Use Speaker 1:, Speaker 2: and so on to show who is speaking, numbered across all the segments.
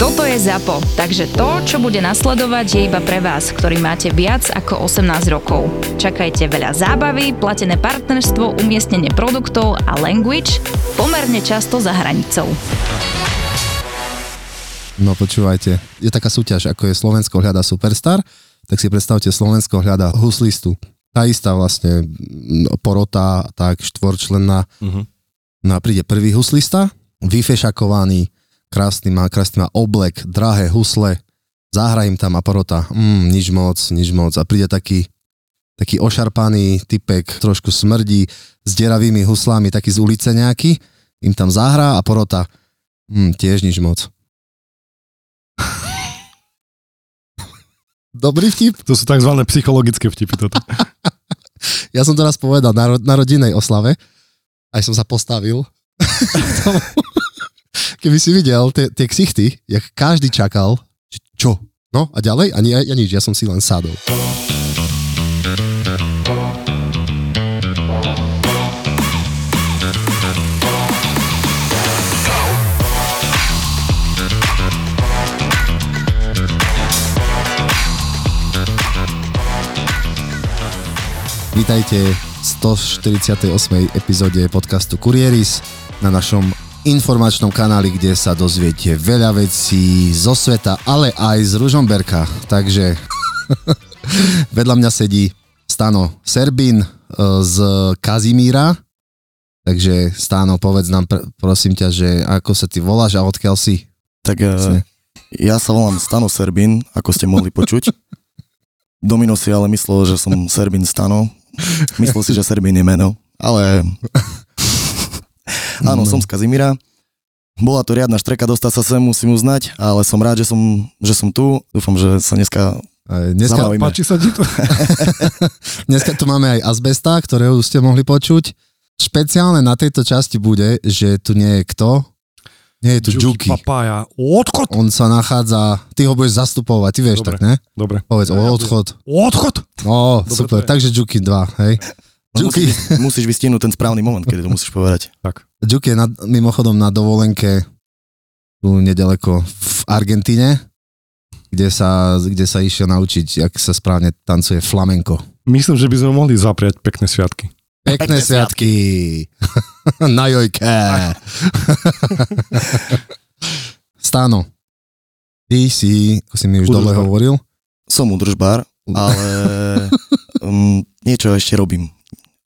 Speaker 1: Toto je ZAPO, takže to, čo bude nasledovať, je iba pre vás, ktorý máte viac ako 18 rokov. Čakajte veľa zábavy, platené partnerstvo, umiestnenie produktov a language pomerne často za hranicou.
Speaker 2: No počúvajte, je taká súťaž, ako je Slovensko hľada Superstar, tak si predstavte, Slovensko hľada huslistu. Tá istá vlastne mm, porota, tak štvorčlenná.
Speaker 3: Mhm.
Speaker 2: No a príde prvý huslista, vyfešakovaný, krásny má, krásny má oblek, drahé husle, zahrajím tam a porota, mm, nič moc, nič moc. A príde taký, taký ošarpaný typek, trošku smrdí, s deravými huslami, taký z ulice nejaký, im tam zahrá a porota, mm, tiež nič moc. Dobrý vtip.
Speaker 3: To sú tzv. psychologické vtipy toto.
Speaker 2: Ja som to raz povedal na, ro- na rodinnej oslave. Aj som sa postavil. k tomu. Keby si videl tie, tie ksichty, jak každý čakal, že čo? No a ďalej? Ani ja, ja nič, ja som si len sadol. Vítajte v 148. epizóde podcastu Kurieris na našom informačnom kanáli, kde sa dozviete veľa vecí zo sveta, ale aj z Ružomberka. Takže vedľa mňa sedí Stano Serbin e, z Kazimíra. Takže Stano, povedz nám pr- prosím ťa, že ako sa ty voláš a odkiaľ si?
Speaker 4: Tak e, ja sa volám Stano Serbin, ako ste mohli počuť. Domino si ale myslel, že som Serbin Stano. Myslel si, že Serbin je meno, ale...
Speaker 3: No,
Speaker 4: Áno, som z Kazimíra. Bola to riadna štreka dostať sa sem, musím uznať, ale som rád, že som, že som tu. Dúfam, že sa dneska
Speaker 2: E, Dneska,
Speaker 4: zabavíme.
Speaker 3: Páči sa ti to?
Speaker 2: Dneska tu máme aj azbesta, ktorého už ste mohli počuť. Špeciálne na tejto časti bude, že tu nie je kto. Nie je tu Juki.
Speaker 3: Papája. Odchod!
Speaker 2: On sa nachádza, ty ho budeš zastupovať, ty vieš tak,
Speaker 3: Dobre.
Speaker 2: ne?
Speaker 3: Dobre.
Speaker 2: Povedz o
Speaker 3: Ja budem-
Speaker 2: odchod.
Speaker 3: Odchod!
Speaker 2: No,
Speaker 3: Dobre,
Speaker 2: super,
Speaker 3: to je.
Speaker 2: takže Juki 2, hej. Juki,
Speaker 4: Musíš, musíš vystihnúť ten správny moment, kedy to musíš povedať.
Speaker 3: Tak.
Speaker 2: Juki je na, mimochodom na dovolenke tu nedaleko v Argentíne, kde sa, kde sa išiel naučiť, jak sa správne tancuje flamenko.
Speaker 3: Myslím, že by sme mohli zapriať pekné sviatky.
Speaker 2: Pekné
Speaker 4: Pekné
Speaker 2: sviatky. Na jojke. Stano, ty si, ako si mi už
Speaker 3: Udržba.
Speaker 2: dole hovoril,
Speaker 4: Som údržbár, ale um, niečo ešte robím.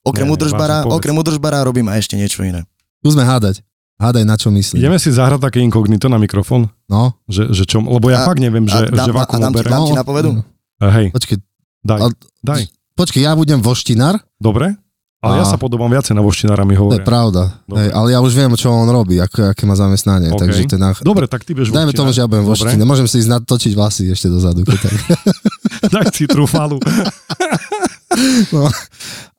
Speaker 4: Okrem
Speaker 3: Ne, ne,
Speaker 4: údržbára,
Speaker 3: vážne, povedz.
Speaker 4: okrem údržbára robím aj ešte niečo iné.
Speaker 2: skúsme hádať. Hádaj, na čo myslíš.
Speaker 3: Ideme si zahrať také inkognito na mikrofón,
Speaker 2: No,
Speaker 3: že, že čo, lebo ja
Speaker 4: A-
Speaker 3: fakt neviem, že,
Speaker 4: dá-
Speaker 3: že v akom
Speaker 4: a dám ti-
Speaker 3: obere.
Speaker 4: dám
Speaker 2: No,
Speaker 4: ti napovedu?
Speaker 3: Eh, Hej,
Speaker 2: Počkej,
Speaker 3: daj,
Speaker 2: a-
Speaker 3: daj.
Speaker 2: počkej, ja budem voštinár,
Speaker 3: Dobre? Ale ja
Speaker 2: A-
Speaker 3: sa podobám viacej na voštinára,
Speaker 2: to
Speaker 3: mi
Speaker 2: je
Speaker 3: hovoria.
Speaker 2: pravda.
Speaker 3: Dobre.
Speaker 2: Hej, ale ja už viem, čo on robí, ako, aké má zamestnanie.
Speaker 3: OK.
Speaker 2: Takže to je na...
Speaker 3: Dobre, tak ty budeš
Speaker 2: Dajme
Speaker 3: voštinár.
Speaker 2: tomu, že ja budem
Speaker 3: Dobre.
Speaker 2: voštinár. Môžem si ísť natočiť vlasy ešte dozadu. keď tak.
Speaker 3: Daj si trúfalu.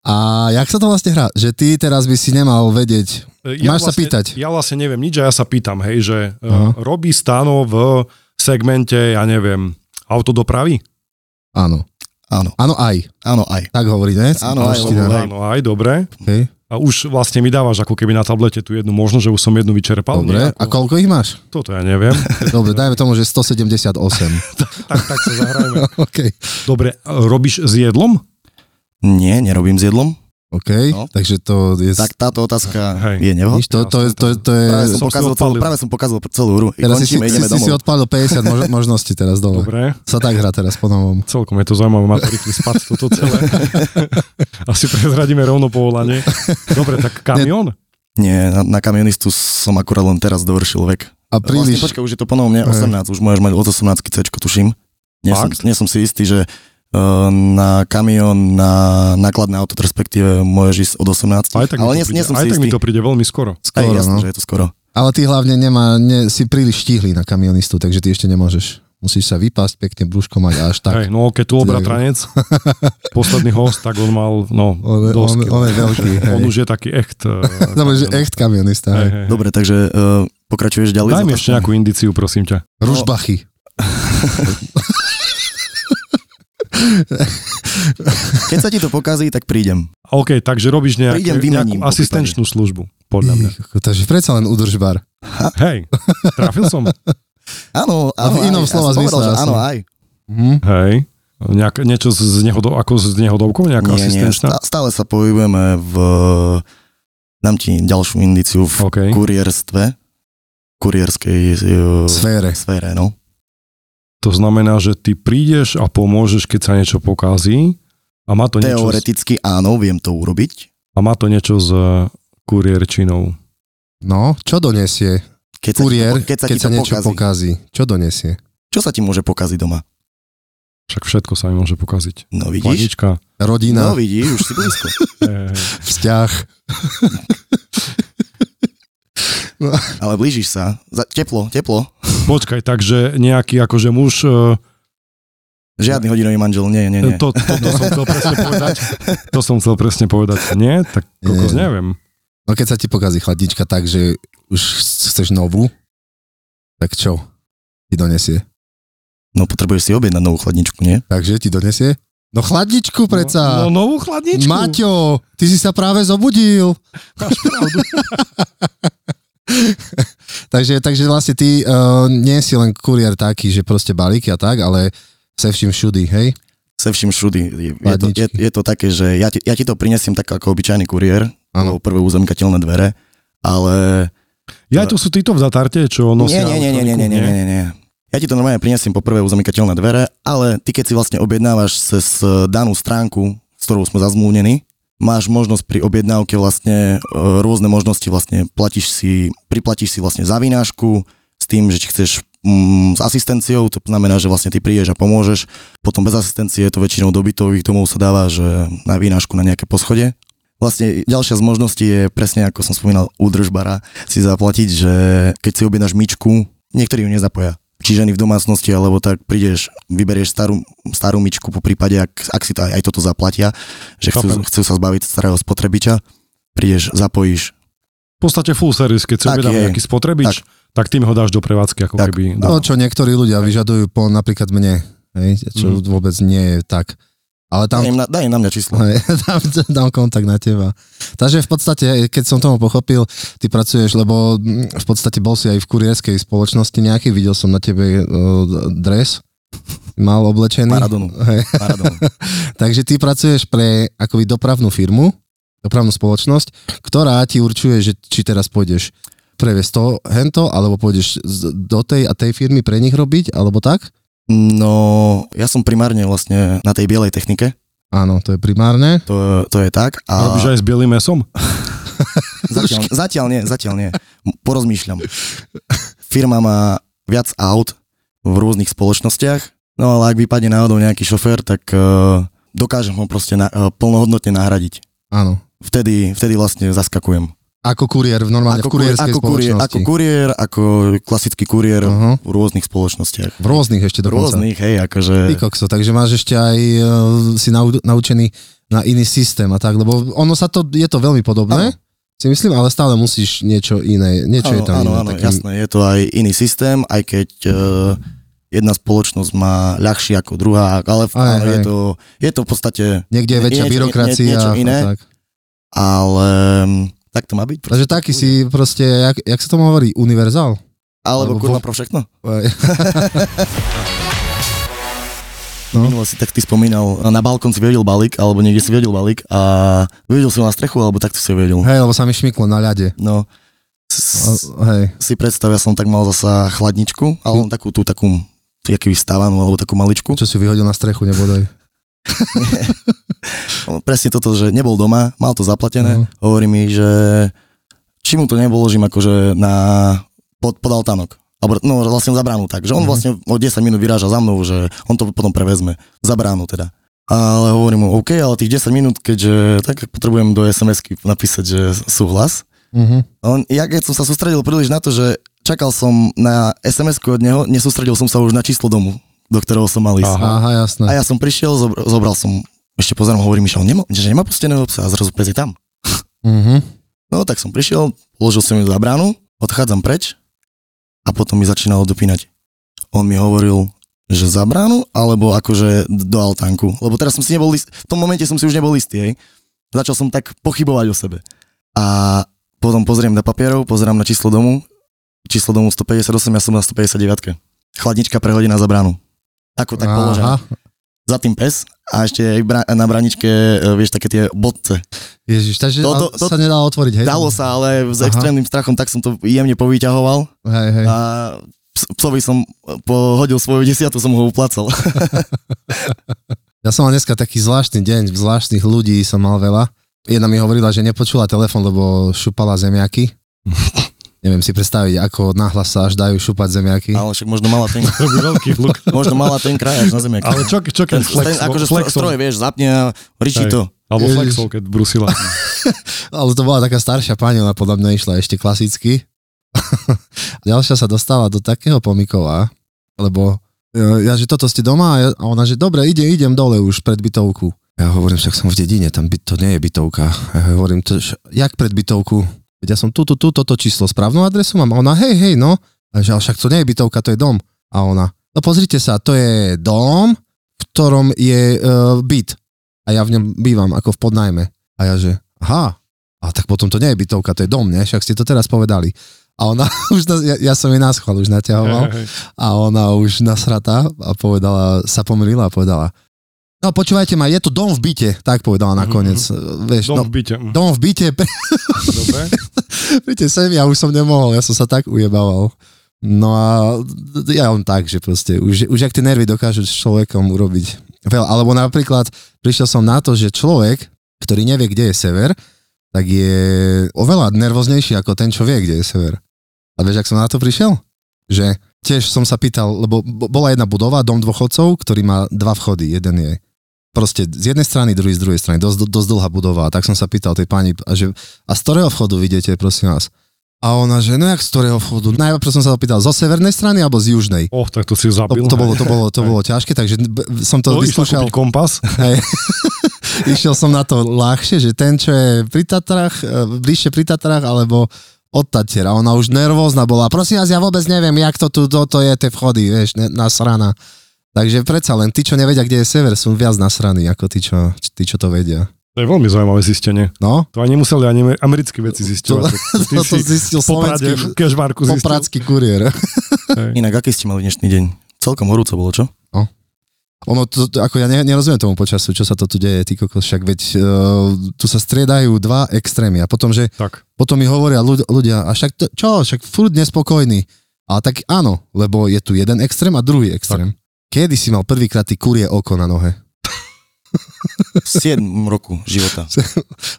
Speaker 2: A jak sa to vlastne hrá? Že ty teraz by si nemal vedieť. Máš sa pýtať.
Speaker 3: E, Ja vlastne neviem nič a ja sa pýtam, hej, že uh,
Speaker 2: Aha.
Speaker 3: robí stáno v segmente, ja neviem, autodopravy?
Speaker 2: Áno.
Speaker 4: Áno,
Speaker 2: Áno aj.
Speaker 4: áno aj.
Speaker 2: Tak hovorí, ne?
Speaker 4: Áno, aj,
Speaker 2: Voštinár.
Speaker 4: lebo- Hej.
Speaker 3: Áno, aj dobre.
Speaker 2: Hej.
Speaker 3: A už vlastne mi dávaš ako keby na tablete tú jednu možnosť, že už som jednu vyčerpal.
Speaker 2: Dobre, a
Speaker 3: ako...
Speaker 2: koľko ich máš?
Speaker 3: Toto ja neviem.
Speaker 2: Dobre, dajme tomu, že 178.
Speaker 3: tak, tak sa zahrajme.
Speaker 2: OK.
Speaker 3: Dobre, a robíš s jedlom?
Speaker 4: Nie, nerobím s jedlom.
Speaker 2: OK,
Speaker 4: No.
Speaker 2: takže to je...
Speaker 4: Tak táto otázka
Speaker 3: Hej.
Speaker 4: je nevhod.
Speaker 2: Vidíš, to, to, je, to, je- to je...
Speaker 4: Práve
Speaker 3: som
Speaker 4: som,
Speaker 3: si
Speaker 4: pokazil celú,
Speaker 3: odpálil.
Speaker 4: práve som pokazil celú hru. I
Speaker 2: Teraz si, si,
Speaker 4: končíme, ideme
Speaker 2: si,
Speaker 4: domov.
Speaker 2: si odpadol 50 mož- možností teraz dole.
Speaker 3: Dobre.
Speaker 2: Sa tak hrá teraz po novom.
Speaker 3: Celkom je to zaujímavé, má to rýchly spad toto celé. Asi prezradíme rovno povolanie. Dobre, tak kamión?
Speaker 4: Nie, na, na kamionistu som akurát len teraz dovršil vek.
Speaker 2: A príliš...
Speaker 4: Vlastne, počkaj, už je to ponovom mne
Speaker 2: Hej.
Speaker 4: 18, už môžeš mať od 18 cečko, tuším. Nie som,
Speaker 3: Fakt?
Speaker 4: nie som si istý, že e, na kamión, na nákladné auto, respektíve môžeš ísť od
Speaker 3: Aj
Speaker 4: 18.
Speaker 3: tak,
Speaker 4: ale
Speaker 3: mi,
Speaker 4: nie,
Speaker 3: to príde,
Speaker 4: nie som
Speaker 3: aj
Speaker 4: si
Speaker 3: tak mi
Speaker 4: istý.
Speaker 3: to príde veľmi skoro.
Speaker 4: Aj,
Speaker 2: Skoro,
Speaker 4: jasné,
Speaker 2: no.
Speaker 4: že je to skoro.
Speaker 2: Ale ty hlavne nemá, ne, si príliš štíhly na kamionistu, takže ty ešte nemôžeš. Musíš sa vypásť pekne, brúško mať a až tak.
Speaker 3: Hej, no keď tu bol bratranec, posledný host, tak on mal, no,
Speaker 2: On,
Speaker 3: dosť
Speaker 2: on,
Speaker 3: kil.
Speaker 2: on je veľký.
Speaker 3: on
Speaker 2: hej.
Speaker 3: už je taký echt. eh,
Speaker 2: Dobre, že
Speaker 3: kamión.
Speaker 2: echt kamionista.
Speaker 3: Hej,
Speaker 2: Hej. no.
Speaker 3: hej, hej.
Speaker 4: Dobre, takže e, pokračuješ ďalej.
Speaker 3: Daj
Speaker 4: s
Speaker 3: mi ešte
Speaker 4: otázkami.
Speaker 3: nejakú indiciu, prosím ťa.
Speaker 2: Ružbachy.
Speaker 4: Keď sa ti to pokazí, tak prídem.
Speaker 3: OK, takže robíš nejakú,
Speaker 4: Prídem,
Speaker 3: nejakú
Speaker 4: vymením, po
Speaker 3: asistenčnú
Speaker 4: No.
Speaker 3: službu, podľa mňa.
Speaker 2: Ich, Takže predsa len udržbar.
Speaker 3: Hej, trafil som.
Speaker 4: Áno,
Speaker 2: A v
Speaker 4: áno,
Speaker 2: inom
Speaker 4: aj,
Speaker 2: slova
Speaker 4: ja som povedal,
Speaker 2: zmysle,
Speaker 4: že
Speaker 2: jasné.
Speaker 4: Áno, aj.
Speaker 2: Hm?
Speaker 3: Hej. Nejak, niečo s nehodou, ako s nehodovkou, nejaká
Speaker 4: Nie, nie,
Speaker 3: asistenčná?
Speaker 4: stá- stále sa pohybujeme v... Dám ti ďalšiu indiciu v
Speaker 3: OK.
Speaker 4: kurierstve, kurierskej eh,
Speaker 2: Sfére.
Speaker 4: sfére, no.
Speaker 3: To znamená, že ty prídeš a pomôžeš, keď sa niečo pokazí a má to niečo, s,
Speaker 4: Teoreticky áno, viem to urobiť.
Speaker 3: a má to niečo s eh, kurierčinou.
Speaker 2: No, čo donesie
Speaker 4: Keď sa,
Speaker 2: kuriér,
Speaker 4: ti, to, keď sa,
Speaker 2: keď
Speaker 4: ti
Speaker 2: sa
Speaker 4: to
Speaker 2: niečo
Speaker 4: pokazí.
Speaker 2: pokazí? Čo donesie?
Speaker 4: Čo sa ti môže pokaziť doma?
Speaker 3: Však všetko sa mi môže pokaziť.
Speaker 4: No vidíš?
Speaker 3: Chladnička.
Speaker 2: Rodina,
Speaker 4: No vidíš, už si blízko.
Speaker 3: Eh,
Speaker 2: vzťah.
Speaker 4: Ale blížiš sa. Za, teplo, teplo.
Speaker 3: Počkaj, takže nejaký akože muž, eh,
Speaker 4: Žiadny hodinový manžel, nie, nie, nie.
Speaker 3: to, to, to som chcel presne povedať. To som chcel presne povedať. Nie? Tak kokos
Speaker 2: Nie.
Speaker 3: neviem.
Speaker 2: No keď sa ti pokazí chladnička tak, že už chceš novú, tak čo ti donesie?
Speaker 4: No potrebuješ si objednať novú chladničku, nie?
Speaker 2: Takže ti donesie? No chladničku
Speaker 3: No,
Speaker 2: preca.
Speaker 3: no novú chladničku.
Speaker 2: Maťo, ty si sa práve zobudil.
Speaker 3: Máš pravdu.
Speaker 2: Takže, takže vlastne ty uh, nie si len kuriér taký, že proste balíky a tak, ale se vším všudy, hej?
Speaker 4: Se vším všudy. Je, je, to, je,
Speaker 2: Chladničky.
Speaker 4: je to také, že ja ti, ja ti to prinesiem tak ako obyčajný kuriér,
Speaker 2: Áno.
Speaker 4: alebo prvé uzamkateľné dvere, ale...
Speaker 3: Ja to sú títo v Datarte, čo
Speaker 4: Nie,
Speaker 3: nosia.
Speaker 4: nie, nie, nie, nie, nie, nie, nie, nie, nie. Ja ti to normálne prinesiem po prvé uzamykateľné dvere, ale ty keď si vlastne objednávaš cez e, danú stránku, s ktorou sme zazmluvnení, máš možnosť pri objednávke vlastne e, rôzne možnosti, vlastne platíš si, priplatíš si vlastne za vinášku s tým, že či chceš mm, s asistenciou, to znamená, že vlastne ty prídeš a pomôžeš. Potom bez asistencie to väčšinou do bytových domov sa dáva, že na vinášku na nejaké poschode. Vlastne ďalšia z možností je presne, ako som spomínal, údržbara si zaplatiť, že keď si objednáš myčku, niektorí ju nezapoja. Či ženy v domácnosti, alebo tak prídeš, vyberieš starú, starú myčku po prípade, ak, ak si to aj, aj toto zaplatia, že chcú,
Speaker 3: Chápem.
Speaker 4: chcú sa zbaviť starého spotrebiča, prídeš, zapojíš.
Speaker 3: V podstate full service, keď si
Speaker 4: Tak
Speaker 3: objednám
Speaker 4: je.
Speaker 3: nejaký spotrebič, tak. tým ho dáš do prevádzky, ako
Speaker 4: Tak.
Speaker 2: To,
Speaker 3: keby.
Speaker 2: No, čo niektorí ľudia vyžadujú po napríklad mne, hej? Čo
Speaker 4: Mhm.
Speaker 3: Mm.
Speaker 2: vôbec nie je tak. Ale tam
Speaker 4: Daj, im na, daj im na mňa číslo.
Speaker 2: Hej, dám, dám kontakt na teba. Takže v podstate, keď som tomu pochopil, ty pracuješ, lebo mm, v podstate bol si aj v kurierskej spoločnosti nejaký, videl som na tebe uh, dres, mal oblečený.
Speaker 4: Maradonu.
Speaker 2: Hej,
Speaker 4: Maradonu.
Speaker 2: takže ty pracuješ pre akoby dopravnú firmu, dopravnú spoločnosť, ktorá ti určuje, že či teraz pôjdeš previesť to, hento, alebo pôjdeš z- do tej a tej firmy pre nich robiť, alebo tak?
Speaker 4: No, ja som primárne vlastne na tej bielej technike,
Speaker 2: Áno, to je primárne.
Speaker 4: to, to je tak. A
Speaker 3: Robíš aj s bielým mesom?
Speaker 4: Zatiaľ, zatiaľ nie, zatiaľ nie. M- Porozmýšľam. Firma má viac aut v rôznych spoločnostiach, no ale ak vypadne náhodou nejaký šofér, tak uh, dokážem ho proste na, uh, plnohodnotne nahradiť.
Speaker 2: Áno.
Speaker 4: Vtedy, vtedy vlastne zaskakujem.
Speaker 2: Ako kuriér v normálne v kurierskej
Speaker 4: ako, kuriér,
Speaker 2: spoločnosti.
Speaker 4: ako kuriér, ako klasický kuriér
Speaker 2: Aha.
Speaker 4: v rôznych spoločnostiach.
Speaker 2: V rôznych ešte dokonca.
Speaker 4: Rôznych,
Speaker 2: Ty
Speaker 4: hej, akože...
Speaker 2: kokso, takže máš ešte aj, e, si nau, naučený na iný systém a tak, lebo ono sa to, je to veľmi podobné,
Speaker 4: Áno.
Speaker 2: si myslím, ale stále musíš niečo iné, niečo je
Speaker 4: Áno,
Speaker 2: tam
Speaker 4: áno,
Speaker 2: iné.
Speaker 4: áno
Speaker 2: také-
Speaker 4: jasné, je to aj iný systém, aj keď uh, jedna spoločnosť má ľahší ako druhá, ale,
Speaker 2: Aj,
Speaker 4: ale je,
Speaker 2: aj.
Speaker 4: to, je to v podstate
Speaker 2: Niekde je väčšia
Speaker 4: Niečo- nie-
Speaker 2: byrokracia
Speaker 4: niečo iné.
Speaker 2: a tak.
Speaker 4: ale mm, tak to má byť.
Speaker 2: Takže taký si proste, jak, jak sa tomu hovorí, univerzál? alebo
Speaker 4: Alebo
Speaker 2: vo-
Speaker 4: kurva pro všechno.
Speaker 2: Ej, No.
Speaker 4: No. Minule si tak ty spomínal, e, na balkón si vedel balík, alebo niekde si vedel balík a vedel si ho na strechu, alebo takto si ho vedel.
Speaker 2: Hej, lebo sa mi šmyklo na ľade.
Speaker 4: No,
Speaker 2: O,
Speaker 4: s-
Speaker 2: hej,
Speaker 4: si predstav, ja som tak mal zasa
Speaker 2: Hm.
Speaker 4: chladničku, ale len takú tú takú jaký vystávanú, alebo takú maličku.
Speaker 2: čo si vyhodil na strechu, nebodaj.
Speaker 4: Presne toto, že nebol doma, mal to
Speaker 2: No.
Speaker 4: zaplatené, hovorí mi, že či mu to nepoložím akože na pod, pod altánok. Alebo, no vlastne za bránu tak, že on
Speaker 2: Mhm.
Speaker 4: vlastne o 10 minút vyráža za mnou, že on to potom prevezme. Za bránu teda. Ale hovorím mu, OK, ale tých 10 minút, keďže tak potrebujem do SMS-ky napísať, že súhlas.
Speaker 2: Uh-huh.
Speaker 4: A On, ja keď som sa sústredil príliš na to, že čakal som na SMS-ku od neho, nesústredil som sa už na číslo domu, do ktorého som mal ísť.
Speaker 3: Aha.
Speaker 2: Aha, jasné.
Speaker 4: A ja som prišiel, zobr- zobral som, ešte pozerám, hovorím, že, on nemá, že nemá pusteného psa a zrazu pes je tam.
Speaker 2: Uh-huh.
Speaker 4: No tak som prišiel, položil som ju za bránu, odchádzam preč a potom mi začínalo dopínať. On mi hovoril, že za bránu, alebo akože do altánku. Lebo teraz som si nebol list, v tom momente som si už nebol istý, hej. Začal som tak pochybovať o sebe. A potom pozriem na papierov, pozerám na číslo domu, číslo domu 158, ja som na 159. chladnička prehodená za bránu. Ako tak položená. Za tým pes a ešte aj bra- na braničke, e, vieš, také tie bodce.
Speaker 2: Ježiš, takže
Speaker 4: To-
Speaker 2: to,
Speaker 4: to-
Speaker 2: sa nedalo otvoriť, hej?
Speaker 4: Dalo sa, ale s
Speaker 2: Aha.
Speaker 4: extrémnym strachom tak som to jemne povyťahoval
Speaker 2: Hej, hej.
Speaker 4: a ps- psovi som e, pohodil svoju desiatu, som ho uplacal.
Speaker 2: Ja som mal dneska taký zvláštny deň, zvláštnych ľudí som mal veľa. Jedna mi hovorila, že nepočula telefon, lebo šupala zemiaky. Neviem si predstaviť, ako nahlas sa až dajú šupať zemiaky.
Speaker 4: Ale však možno mala ten,
Speaker 3: To by veľký vluk.
Speaker 4: možno mala ten krajač na zemi.
Speaker 3: Ale čo, čo keď
Speaker 4: ten,
Speaker 3: flex,
Speaker 4: ten, akože stro-
Speaker 3: flexol,
Speaker 4: stroj, vieš, zapne a ričí
Speaker 3: Hej.
Speaker 4: to.
Speaker 3: alebo
Speaker 2: Ježiš.
Speaker 3: flexol, keď brusila.
Speaker 2: Ale to bola taká staršia pani, ona podľa mňa išla ešte klasicky. Ďalšia sa dostala do takého pomikova, lebo e, ja, že toto ste doma a ja- a ona, že dobre, ide, idem dole už pred bytovku. Ja hovorím, však som v dedine, tam by, to nie je bytovka. Ja hovorím, to, š- jak pred bytovku? Veď ja som tu, tu, tu, toto číslo, správnu adresu mám. A ona, hej, hej, no. A že, ale však to nie je bytovka, to je dom. A ona, no pozrite sa, to je dom, v ktorom je e, byt. A ja v ňom bývam ako v podnajme. A ja že, aha, a tak potom to nie je bytovka, to je dom, ne? Však ste to teraz povedali. A ona už, na, ja, ja som jej na schvál už naťahoval a ona už nasratá a povedala, sa pomýlila a povedala, no počúvajte ma, je to dom v byte, tak povedala nakoniec. Mm-hmm. Vieš,
Speaker 3: Dom v
Speaker 2: no,
Speaker 3: byte. mm,
Speaker 2: dom v byte, pr-
Speaker 3: Dobre.
Speaker 2: príďte sem, ja už som nemohol, ja som sa tak ujebával. No a ja on tak, že proste, už, už ak tie nervy dokážu s človekom urobiť veľa. Alebo napríklad prišiel som na to, že človek, ktorý nevie, kde je sever, tak je oveľa nervóznejší ako ten, čo vie, kde je sever. A vieš, ak som na to prišiel? Že tiež som sa pýtal, lebo bo- bola jedna budova, dom dôchodcov, ktorý má dva vchody. Jeden je proste z jednej strany, druhý z druhej strany. Dosť, dosť dlhá budova. A tak som sa pýtal tej pani, a že a z ktorého vchodu vidíte, prosím vás? A ona, že no jak z ktorého vchodu? Najprv som sa opýtal, zo severnej strany alebo z južnej?
Speaker 3: Oh, tak to si ju
Speaker 2: To,
Speaker 3: zabil.
Speaker 2: to, bolo,
Speaker 3: hej.
Speaker 2: to, bolo, to bolo ťažké, takže b- som to
Speaker 3: No, išla
Speaker 2: vyskúšal.
Speaker 3: kúpiť kompas.
Speaker 2: Hej. Išiel som na to ľahšie, že ten, čo je pri Tatrach, e, bližšie pri Tatrach, alebo od Tatier. A ona už nervózna bola. Prosím vás, ja vôbec neviem, jak to tu, toto je, tie vchody, vieš, ne- nasrana. Takže predsa len tí, čo nevedia, kde je sever, sú viac nasraní, ako tí, čo, tí, čo to vedia.
Speaker 3: To je veľmi zaujímavé zistenie.
Speaker 2: No,
Speaker 3: To aj nemuseli ani americké veci zistiť.
Speaker 2: To- to, to zistil slovenský
Speaker 3: kežvárku zistil.
Speaker 2: popradský kuriér.
Speaker 3: Hej.
Speaker 4: Inak, aký ste mali dnešný deň? Celkom horúco bolo, čo?
Speaker 2: Ono, to, to, ako ja ne, nerozumiem tomu počasu, čo sa to tu deje, ty kokos, však veď uh, tu sa striedajú dva extrémy a potom, že
Speaker 3: Tak.
Speaker 2: potom mi hovoria ľudia, ľudia a však to, čo, však furt nespokojný. A tak áno, lebo je tu jeden extrém a druhý extrém. Kedy si mal prvýkrát ty kurie oko na nohe?
Speaker 4: V 7 roku života.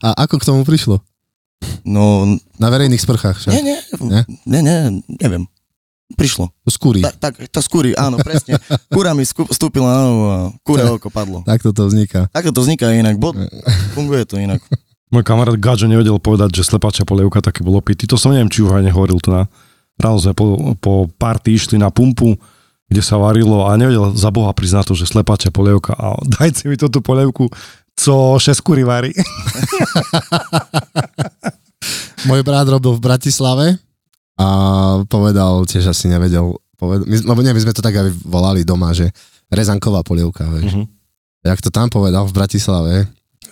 Speaker 2: A ako k tomu prišlo?
Speaker 4: No,
Speaker 2: Na verejných sprchách však.
Speaker 4: nie, nie,
Speaker 2: Nie?
Speaker 4: nie, nie, neviem. Prišlo.
Speaker 2: To z kúry.
Speaker 4: Tak, tak, to skúri, áno, presne. Kúra mi skú- vstúpila na nohu a kúre oko padlo.
Speaker 2: Tak toto vzniká.
Speaker 4: Takto to vzniká inak, bod, funguje to inak.
Speaker 3: Môj kamarát Gadžo nevedel povedať, že slepačia polievka také bolo pity. To som neviem, či už aj nehovoril tu na... Ráno sme po, po party išli na pumpu, kde sa varilo a nevedel za Boha priznať to, že slepačia polievka a dajte mi túto polievku, co šesť kúry varí.
Speaker 2: Môj brat robil v Bratislave a povedal, tiež asi nevedel, povedal, my, lebo nie, my sme to tak aj volali doma, že rezanková polievka, vieš.
Speaker 3: Mhm.
Speaker 2: Jak to tam povedal v Bratislave,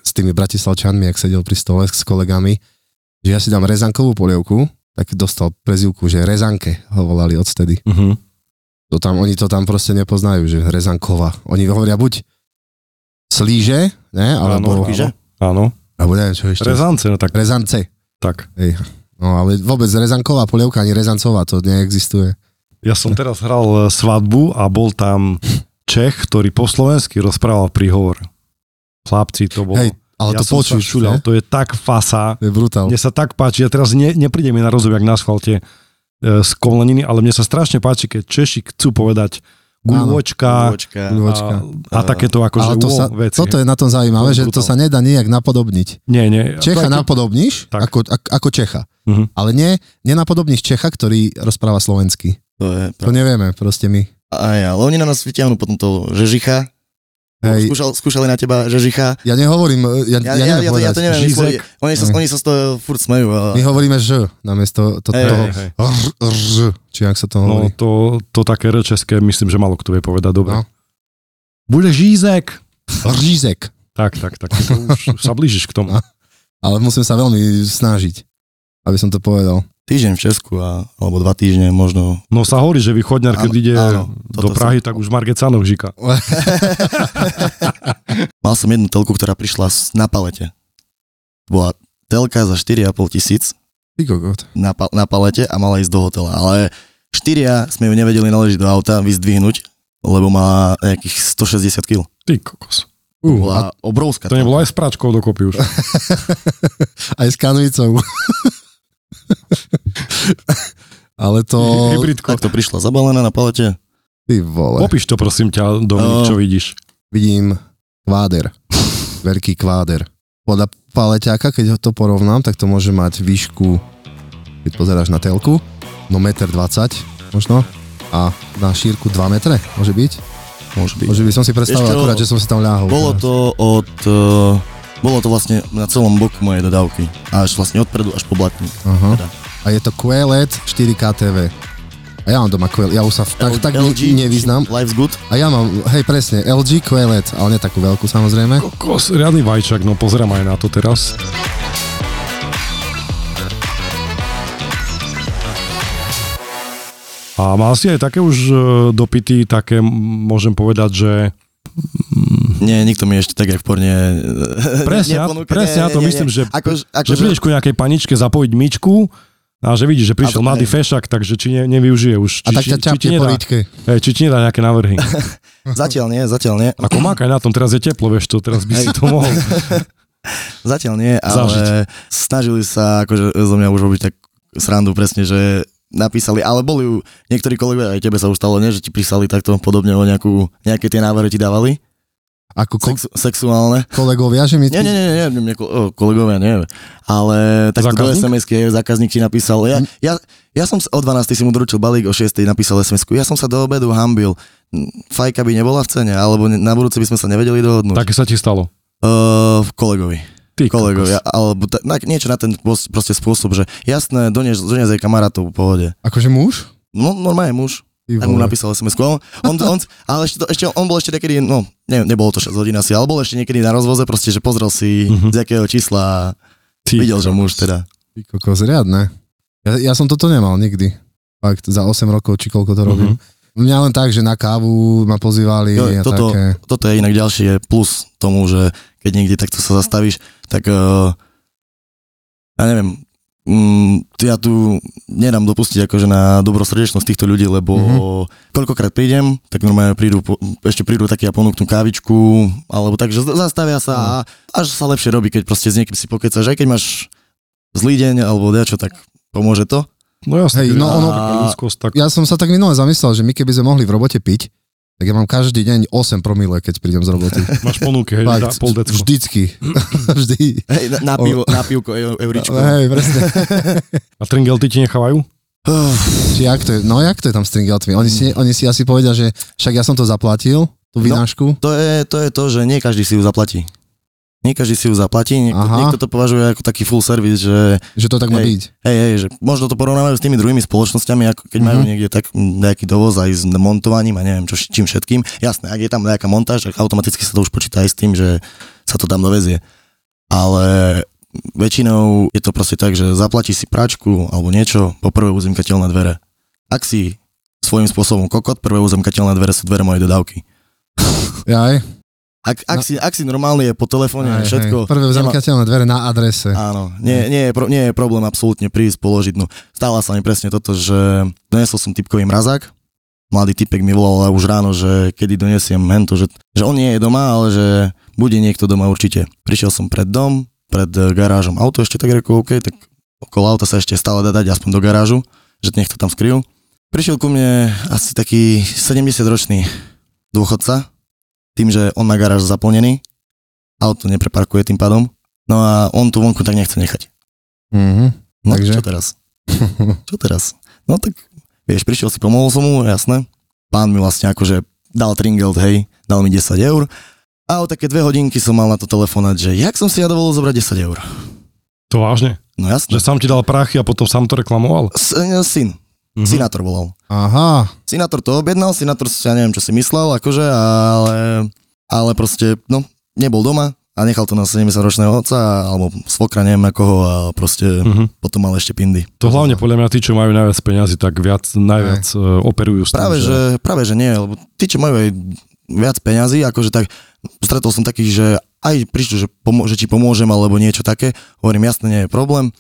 Speaker 2: s tými bratislavčanmi, ak sedel pri stole s kolegami, že ja si dám rezankovú polievku, tak dostal prezivku, že rezanke ho volali odvtedy.
Speaker 3: Uh-huh.
Speaker 2: To tam, oni to tam proste nepoznajú, že rezanková. Oni hovoria buď slíže, ne, alebo,
Speaker 4: Kýže?
Speaker 3: Áno.
Speaker 2: alebo neviem čo ešte.
Speaker 3: Rezance, no tak,
Speaker 2: Rezance.
Speaker 3: tak.
Speaker 2: No ale vôbec rezanková polievka ani rezancová, to neexistuje.
Speaker 3: Ja som teraz hral e, svadbu a bol tam Čech, ktorý po slovensky rozprával príhovor. Chlapci, to bolo...
Speaker 2: Hej, ale
Speaker 3: ja
Speaker 2: to
Speaker 3: som sa
Speaker 2: počuť,
Speaker 3: šuľal, to je tak fasa.
Speaker 2: To je brutál.
Speaker 3: Mne sa tak páči, ja teraz ne, nepríde mi na rozum, jak na asfalte e, z komleniny, ale mne sa strašne páči, keď Češi chcú povedať guľočka
Speaker 4: Kúročka.
Speaker 3: a,
Speaker 2: Ľuďka.
Speaker 3: a takéto akože
Speaker 2: Ale to
Speaker 3: wow,
Speaker 2: sa,
Speaker 3: veci.
Speaker 2: toto je na tom zaujímavé,
Speaker 3: To je
Speaker 2: že to
Speaker 3: brutál.
Speaker 2: sa nedá nejak napodobniť.
Speaker 3: Nie, nie.
Speaker 2: Čecha
Speaker 3: to, je-
Speaker 2: napodobníš
Speaker 3: Tak.
Speaker 2: ako, ako, ako Čecha,
Speaker 3: Mhm.
Speaker 2: ale nie, nenapodobníš Čecha, ktorý rozpráva slovensky.
Speaker 4: To je
Speaker 2: To
Speaker 4: pravda.
Speaker 2: nevieme proste my.
Speaker 4: Aj, ale oni na nás vyťahnú potom to žežicha.
Speaker 3: No,
Speaker 2: Hej,
Speaker 4: Skúšal, skúšali na teba žežicha.
Speaker 2: ja nehovorím, ja,
Speaker 4: Ja,
Speaker 2: ja,
Speaker 4: ja,
Speaker 2: neviem
Speaker 4: ja, to, ja
Speaker 2: povedať.
Speaker 4: to neviem.
Speaker 3: Žizek.
Speaker 4: vysloviť. Oni sa,
Speaker 2: Mm.
Speaker 4: oni sa z toho furt smejú.
Speaker 2: My
Speaker 4: Ale...
Speaker 2: hovoríme ž, namiesto to,
Speaker 4: Hej,
Speaker 2: toho
Speaker 3: hej, hej.
Speaker 2: r, r, či jak sa to
Speaker 3: No
Speaker 2: hovorí.
Speaker 3: to, to také rečeské, myslím, že malo kto vie povedať, dobre.
Speaker 2: No.
Speaker 3: Bude žízek.
Speaker 2: Řízek.
Speaker 3: Tak, tak, tak. To už sa blížiš k tomu.
Speaker 2: No. Ale musím sa veľmi snažiť, aby som to povedal.
Speaker 4: týždeň v Česku a, alebo dva týždne možno.
Speaker 3: No sa hovorí, že východňar, keď
Speaker 4: Áno,
Speaker 3: ide
Speaker 4: áno,
Speaker 3: do
Speaker 4: toto
Speaker 3: Prahy, tak už Margecanov žika.
Speaker 4: Mal som jednu telku, ktorá prišla s- na palete. Bola telka za 4,5 tisíc
Speaker 2: Ty kokot.
Speaker 4: na, pa- na palete a mala ísť do hotela, ale štyria sme ju nevedeli naležiť do auta, vyzdvihnúť, lebo má nejakých 160 kg.
Speaker 3: Ty kokos.
Speaker 2: Uh, a
Speaker 4: Bola obrovská.
Speaker 3: To nebolo aj s pračkou dokopy už.
Speaker 2: aj s kanvicou. Ale to...
Speaker 3: Hybridko.
Speaker 4: Tak to prišla zabalená na palete.
Speaker 2: Ty vole.
Speaker 3: Popíš to prosím ťa, Dominik,
Speaker 4: No.
Speaker 3: čo vidíš.
Speaker 2: Vidím kváder. Veľký kváder. Podľa paleťáka, keď ho to porovnám, tak to môže mať výšku, keď pozeráš na telku, no 1,20 m možno a na šírku 2 metre, môže byť?
Speaker 4: Môže byť.
Speaker 2: Môže by som si predstavil
Speaker 4: Ešte-
Speaker 2: akurát, že som si tam ľahol. no.
Speaker 4: Bolo to od... eh, bolo to vlastne na celom boku mojej dodávky. Až vlastne odpredu až po blatník.
Speaker 2: Aha.
Speaker 4: teda.
Speaker 2: A je to QLED 4K TV. A ja mám doma QLED, ja už sa v, tak, tak ne- nevyznám.
Speaker 4: Life's good.
Speaker 2: A ja mám, hej presne, LG QLED, ale nie takú veľkú samozrejme.
Speaker 3: Kokos, riadny vajčak, no pozerám aj na to teraz. A má si aj také už e, dopity, také m, môžem povedať, že
Speaker 4: Nie, nikto mi ešte tak, jak v porne...
Speaker 3: presne, ja-
Speaker 4: neponúka.
Speaker 3: presne ja to
Speaker 4: nie,
Speaker 3: myslím,
Speaker 4: nie.
Speaker 3: že,
Speaker 4: Ako, ako,
Speaker 3: že prídeš ku nejakej paničke zapojiť myčku a že vidíš, že prišiel
Speaker 4: A to-
Speaker 3: mladý fešak, takže či ne, nevyužije už.
Speaker 2: A
Speaker 3: či,
Speaker 2: tak ťa
Speaker 3: či, či, ti
Speaker 2: čapne po
Speaker 3: nedá,
Speaker 2: lítke.
Speaker 3: hej, či ti nedá nejaké návrhy.
Speaker 4: Zatiaľ nie, zatiaľ nie.
Speaker 3: Ako mákaj na tom, teraz je teplo, vieš to, teraz by si to mohol.
Speaker 4: Zatiaľ nie, ale
Speaker 3: Zažiť.
Speaker 4: snažili sa akože zo mňa už robiť tak srandu presne, že napísali, ale boli ju niektorí kolegovia, aj tebe sa už stalo, nie, že ti písali takto podobne o nejakú, nejaké tie návrhy ti dávali,
Speaker 2: Ako ko-
Speaker 4: Sexu, sexuálne.
Speaker 2: kolegovia, že mi...
Speaker 4: Nie, nie, nie, nie, nie, nie ko- o, kolegovia, nie. Ale takto do
Speaker 3: Zákazník? Hm.
Speaker 4: sms zákazník ti napísal, ja, ja, ja som sa, o 12. si mu doručil balík, o 6. napísal sms ja som sa do obedu hambil, Mm, fajka by nebola v cene, alebo ne, na budúce by sme sa nevedeli dohodnúť.
Speaker 3: Také sa ti stalo.
Speaker 4: Uh, kolegovi.
Speaker 3: Ty
Speaker 4: kolegovia, alebo ta, na, niečo na ten pos- proste spôsob, že jasné, donies, donies aj kamarátov v pohode.
Speaker 2: Akože muž?
Speaker 4: No, normálne muž.
Speaker 2: Ty
Speaker 4: Tak mu
Speaker 2: vole.
Speaker 4: napísal sms on, on, on, ale ešte, to, ešte, on bol ešte niekedy, no, ne, nebolo to 6 hodín asi, ale bol ešte niekedy na rozvoze, proste, že pozrel si
Speaker 3: Mhm.
Speaker 4: z jakého čísla a
Speaker 3: Ty
Speaker 4: videl, že muž teda.
Speaker 2: Ty kokos, riadne. Ja, ja som toto nemal nikdy. Fakt, za 8 rokov, či koľko to robím. Mňa len tak, že na kávu ma pozývali
Speaker 4: Mhm. Jo,
Speaker 2: jo, a
Speaker 4: toto-
Speaker 2: také.
Speaker 4: Toto je inak ďalšie plus tomu, že keď niekde takto sa zastavíš, tak uh, ja neviem, Mm, t- ja tu nedám dopustiť akože na dobrosrdečnosť týchto ľudí, lebo mm-hmm. koľkokrát prídem, tak normálne prídu, po- ešte prídu takí a ponúknú kávičku, alebo tak, že z- zastavia sa a až sa lepšie robí, keď proste s niekým si pokecaš, aj keď máš zlý deň alebo dačo, tak pomôže to.
Speaker 3: No jasne,
Speaker 2: Hej,
Speaker 3: keď
Speaker 2: no
Speaker 3: je
Speaker 2: ono-
Speaker 3: taká ľudskosť, tak...
Speaker 2: Ja som sa tak minule zamyslel, že my keby sme mohli v robote piť, tak ja mám každý deň 8 promile, keď prídem z roboty.
Speaker 3: Máš ponuky, hej, dá
Speaker 2: Fakt,
Speaker 3: pol decko.
Speaker 2: vždycky. Vždy.
Speaker 4: Hej, na, na,
Speaker 2: O-
Speaker 4: pivo, na pivko, eu- euričko.
Speaker 2: Hej, presne.
Speaker 3: A tringel ty ti nechávajú?
Speaker 2: Či jak to je, no jak to je tam s tringeltmi? Oni si, oni si asi povedia, že však ja som to zaplatil, tú
Speaker 4: No.
Speaker 2: vynášku.
Speaker 4: To je, to je to, že nie každý si ju zaplatí. Nie každý si ju zaplatí, niekto,
Speaker 2: Aha.
Speaker 4: niekto to považuje ako taký full service, že
Speaker 2: že to tak má
Speaker 4: Hej.
Speaker 2: byť.
Speaker 4: hej, hej, že možno to porovnávajú s tými druhými spoločnosťami, ako keď majú
Speaker 2: Mhm.
Speaker 4: niekde tak m, nejaký dovoz aj s montovaním a neviem čo, čím všetkým. Jasné, ak je tam nejaká montáž, tak automaticky sa to už počíta aj s tým, že sa to tam dovezie. Ale väčšinou je to proste tak, že zaplatí si práčku alebo niečo, po prvé uzemkateľné dvere. Ak si svojím spôsobom kokot, prvé uzemkateľné dvere sú dvere mojej dodávky.
Speaker 2: Jaj.
Speaker 4: Ak,
Speaker 2: No.
Speaker 4: ak, si, ak si normálny je po telefóne
Speaker 2: Aj,
Speaker 4: aj, všetko.
Speaker 2: hej. Prvé
Speaker 4: nemá-
Speaker 2: zamkateľné dvere na adrese.
Speaker 4: Áno, nie, nie, je pro, nie je problém absolútne prísť, položiť. No, stála sa mi presne toto, že donesol som typkový mrazák, mladý typek mi volal už ráno, že kedy donesiem hento, že, že on nie je doma, ale že bude niekto doma určite. Prišiel som pred dom, pred e, garážom auto, ešte tak reku, OK, tak okolo auta sa ešte stále dá dať aspoň do garážu, že nech to tam skryjú. Prišiel ku mne asi taký 70-ročný dôchodca, tým, že on má garáž zaplnený, auto nepreparkuje tým pádom, no a on tu vonku tak nechce nechať.
Speaker 2: Mhm.
Speaker 4: No,
Speaker 2: Takže?
Speaker 4: Takže? čo teraz? Čo teraz? No tak, vieš, prišiel si, pomohol som mu, jasné. Pán mi vlastne akože dal tringelt, hej, dal mi 10 eur. A o také dve hodinky som mal na to telefonať, že jak som si ja dovolil zobrať 10 eur.
Speaker 3: To vážne?
Speaker 4: No
Speaker 3: Že
Speaker 4: jasné.
Speaker 3: sám ti dal prachy a potom sám to reklamoval?
Speaker 4: S, e, syn,
Speaker 3: Mhm.
Speaker 4: synátor volal.
Speaker 2: Aha.
Speaker 4: Sinátor to objednal, Sinátor si, ja neviem, čo si myslel, akože, ale, ale proste, no, nebol doma, a nechal to na 70-ročného otca, alebo svokra, neviem na koho, a proste
Speaker 3: Mhm.
Speaker 4: potom mal ešte pindy.
Speaker 3: To hlavne podľa mňa tí, čo majú najviac peniazy, tak viac, najviac e, operujú s tým,
Speaker 4: Práve že, práve, že nie, lebo tí, čo majú aj viac peňazí, akože tak, stretol som takých, že aj prišli, že, pomô- že či pomôžem, alebo niečo také, hovorím, jasne, nie je problém,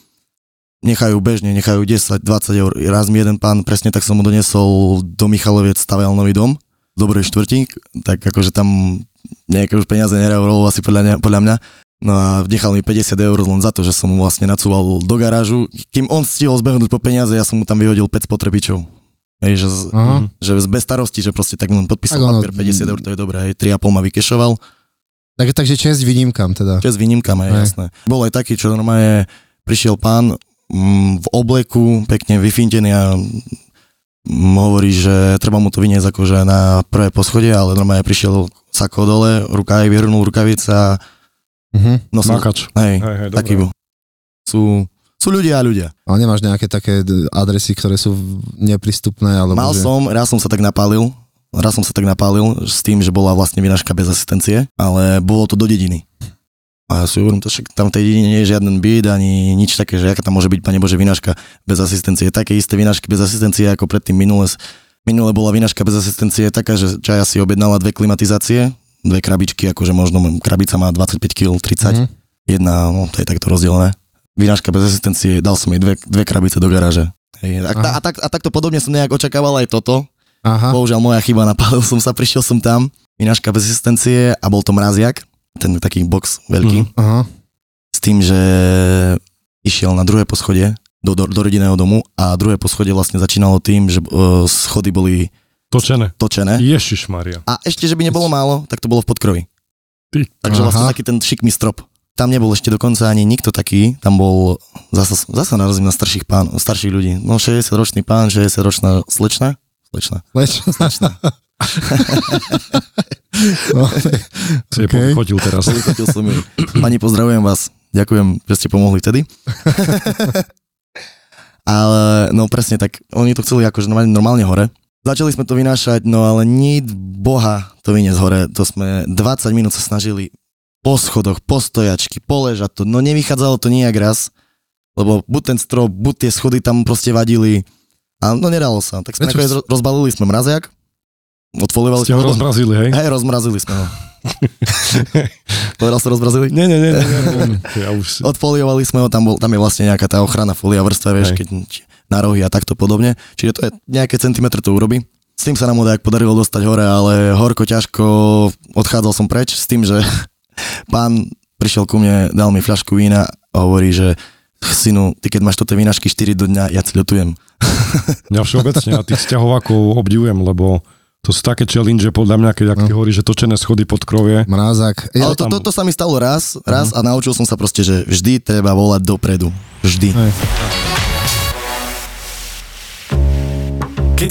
Speaker 4: nechajú bežne, nechajú 10, 20 eur. Raz mi jeden pán, presne tak som mu donesol do Michaloviec stavial nový dom, v dobrej štvrti, tak akože tam nejaké už peniaze nereagoval asi podľa, ne- podľa mňa. No a nechal mi 50 eur len za to, že som mu vlastne nacúval do garážu. Kým on stihol zbehnúť po peniaze, ja som mu tam vyhodil 5 spotrebičov. Hej, že, z-
Speaker 2: Aha.
Speaker 3: Mhm.
Speaker 4: že bez starosti, že proste tak len
Speaker 2: Tak
Speaker 4: podpísal
Speaker 2: ono-
Speaker 4: papier 50 eur, to je dobré, aj 3,5 ma vykešoval,
Speaker 2: Tak, takže čest výnimkám teda.
Speaker 4: čo je s výnimkami,
Speaker 2: Hej.
Speaker 4: aj jasné. Bol aj taký, čo normálne prišiel pán mm, v obleku, pekne vyfintený a mm, hovorí, že treba mu to vyniesť akože na prvé poschodie, ale normálne prišiel sako dole, ruka aj vyhrnul rukavica,
Speaker 2: Mhm.
Speaker 4: no som,
Speaker 3: Makač.
Speaker 4: hej,
Speaker 3: Hej, hej,
Speaker 4: taký
Speaker 3: dobre.
Speaker 4: bol. Sú, sú ľudia a ľudia.
Speaker 2: Ale nemáš nejaké také d- adresy, ktoré sú neprístupné? Alebo
Speaker 4: Mal
Speaker 2: že...
Speaker 4: som, raz som sa tak napálil, raz som sa tak napálil s tým, že bola vlastne vinaška bez asistencie, ale bolo to do dediny. A ja si hovorím, to však tam v tej dedine nie je žiaden byt ani nič také, že aká tam môže byť, pane Bože, vinaška bez asistencie. Také isté vinašky bez asistencie, ako predtým minule. Minule bola vinaška bez asistencie taká, že Čaja si objednala dve klimatizácie, dve krabičky, akože možno krabica má 25 kg, 30
Speaker 2: Mhm.
Speaker 4: jedna, no to je takto rozdelené. Vinaška bez asistencie, dal som jej dve, dve krabice do garáže. Hej, a, ta,
Speaker 2: Aha.
Speaker 4: a, tak, a takto podobne som nejak očakával aj toto.
Speaker 2: Aha,
Speaker 4: Bohužiaľ moja chyba, napálil som sa, prišiel som tam. Vinaška bez asistencie a bol to mraziak, ten taký box veľký,
Speaker 2: aha.
Speaker 4: s tým, že išiel na druhé poschodie do, do, do rodinného domu a druhé poschodie vlastne začínalo tým, že uh, schody boli
Speaker 3: Točené.
Speaker 4: točené.
Speaker 3: Ježiš Maria.
Speaker 4: A ešte, že by nebolo málo, tak to bolo v podkrovi.
Speaker 3: Ty.
Speaker 4: Takže
Speaker 2: Aha.
Speaker 4: vlastne taký ten šikmý strop. Tam nebol ešte dokonca ani nikto taký, tam bol, zasa, zasa narazím na starších, pán, starších ľudí, no 60-ročný pán, 60-ročná slečna, slečna,
Speaker 2: Leč... no,
Speaker 3: Si
Speaker 2: Okej.
Speaker 3: okay. chodil teraz.
Speaker 4: Pochotil som ju. Pani, pozdravujem vás, ďakujem, že ste pomohli vtedy. ale no presne tak, oni to chceli akože normálne, normálne hore. Začali sme to vynášať, no ale nič boha to vyniesť hore, to sme 20 minút sa snažili po schodoch, po stojačky, poležať to, no nevychádzalo to nijak raz, lebo buď ten strop, buď tie schody tam proste vadili, a no nedalo sa. Tak sme
Speaker 3: Viete,
Speaker 4: nakoniec ro- rozbalili sme mraziak, odfolevali
Speaker 3: Ste ho rozmrazili, hej?
Speaker 4: Hej, rozmrazili sme ho. Povedal som rozmrazili?
Speaker 3: Nie, nie, nie. nie, nie, nie. Ja už si...
Speaker 4: Odfoliovali sme ho, tam, bol, tam je vlastne nejaká tá ochrana, folia, vrstva, vieš,
Speaker 3: Hej.
Speaker 4: keď či- na rohy a takto podobne. Čiže to je nejaké centimetre to urobí. S tým sa nám odajak podarilo dostať hore, ale horko, ťažko, odchádzal som preč s tým, že pán prišiel ku mne, dal mi fľašku vína a hovorí, že synu, ty keď máš toto vínašky 4 do dňa, ja ti ľutujem.
Speaker 3: Mňa všeobecne a tých sťahovákov obdivujem, lebo to sú také challenge, podľa mňa, keď ak
Speaker 4: No.
Speaker 3: ty hovoríš, že točené schody pod krovie,
Speaker 2: Mrázak. Ja,
Speaker 4: Ale to,
Speaker 3: tam- Mhm.
Speaker 4: to, to sa mi stalo raz, raz a naučil som sa proste, že vždy treba volať dopredu. Vždy.
Speaker 5: Keď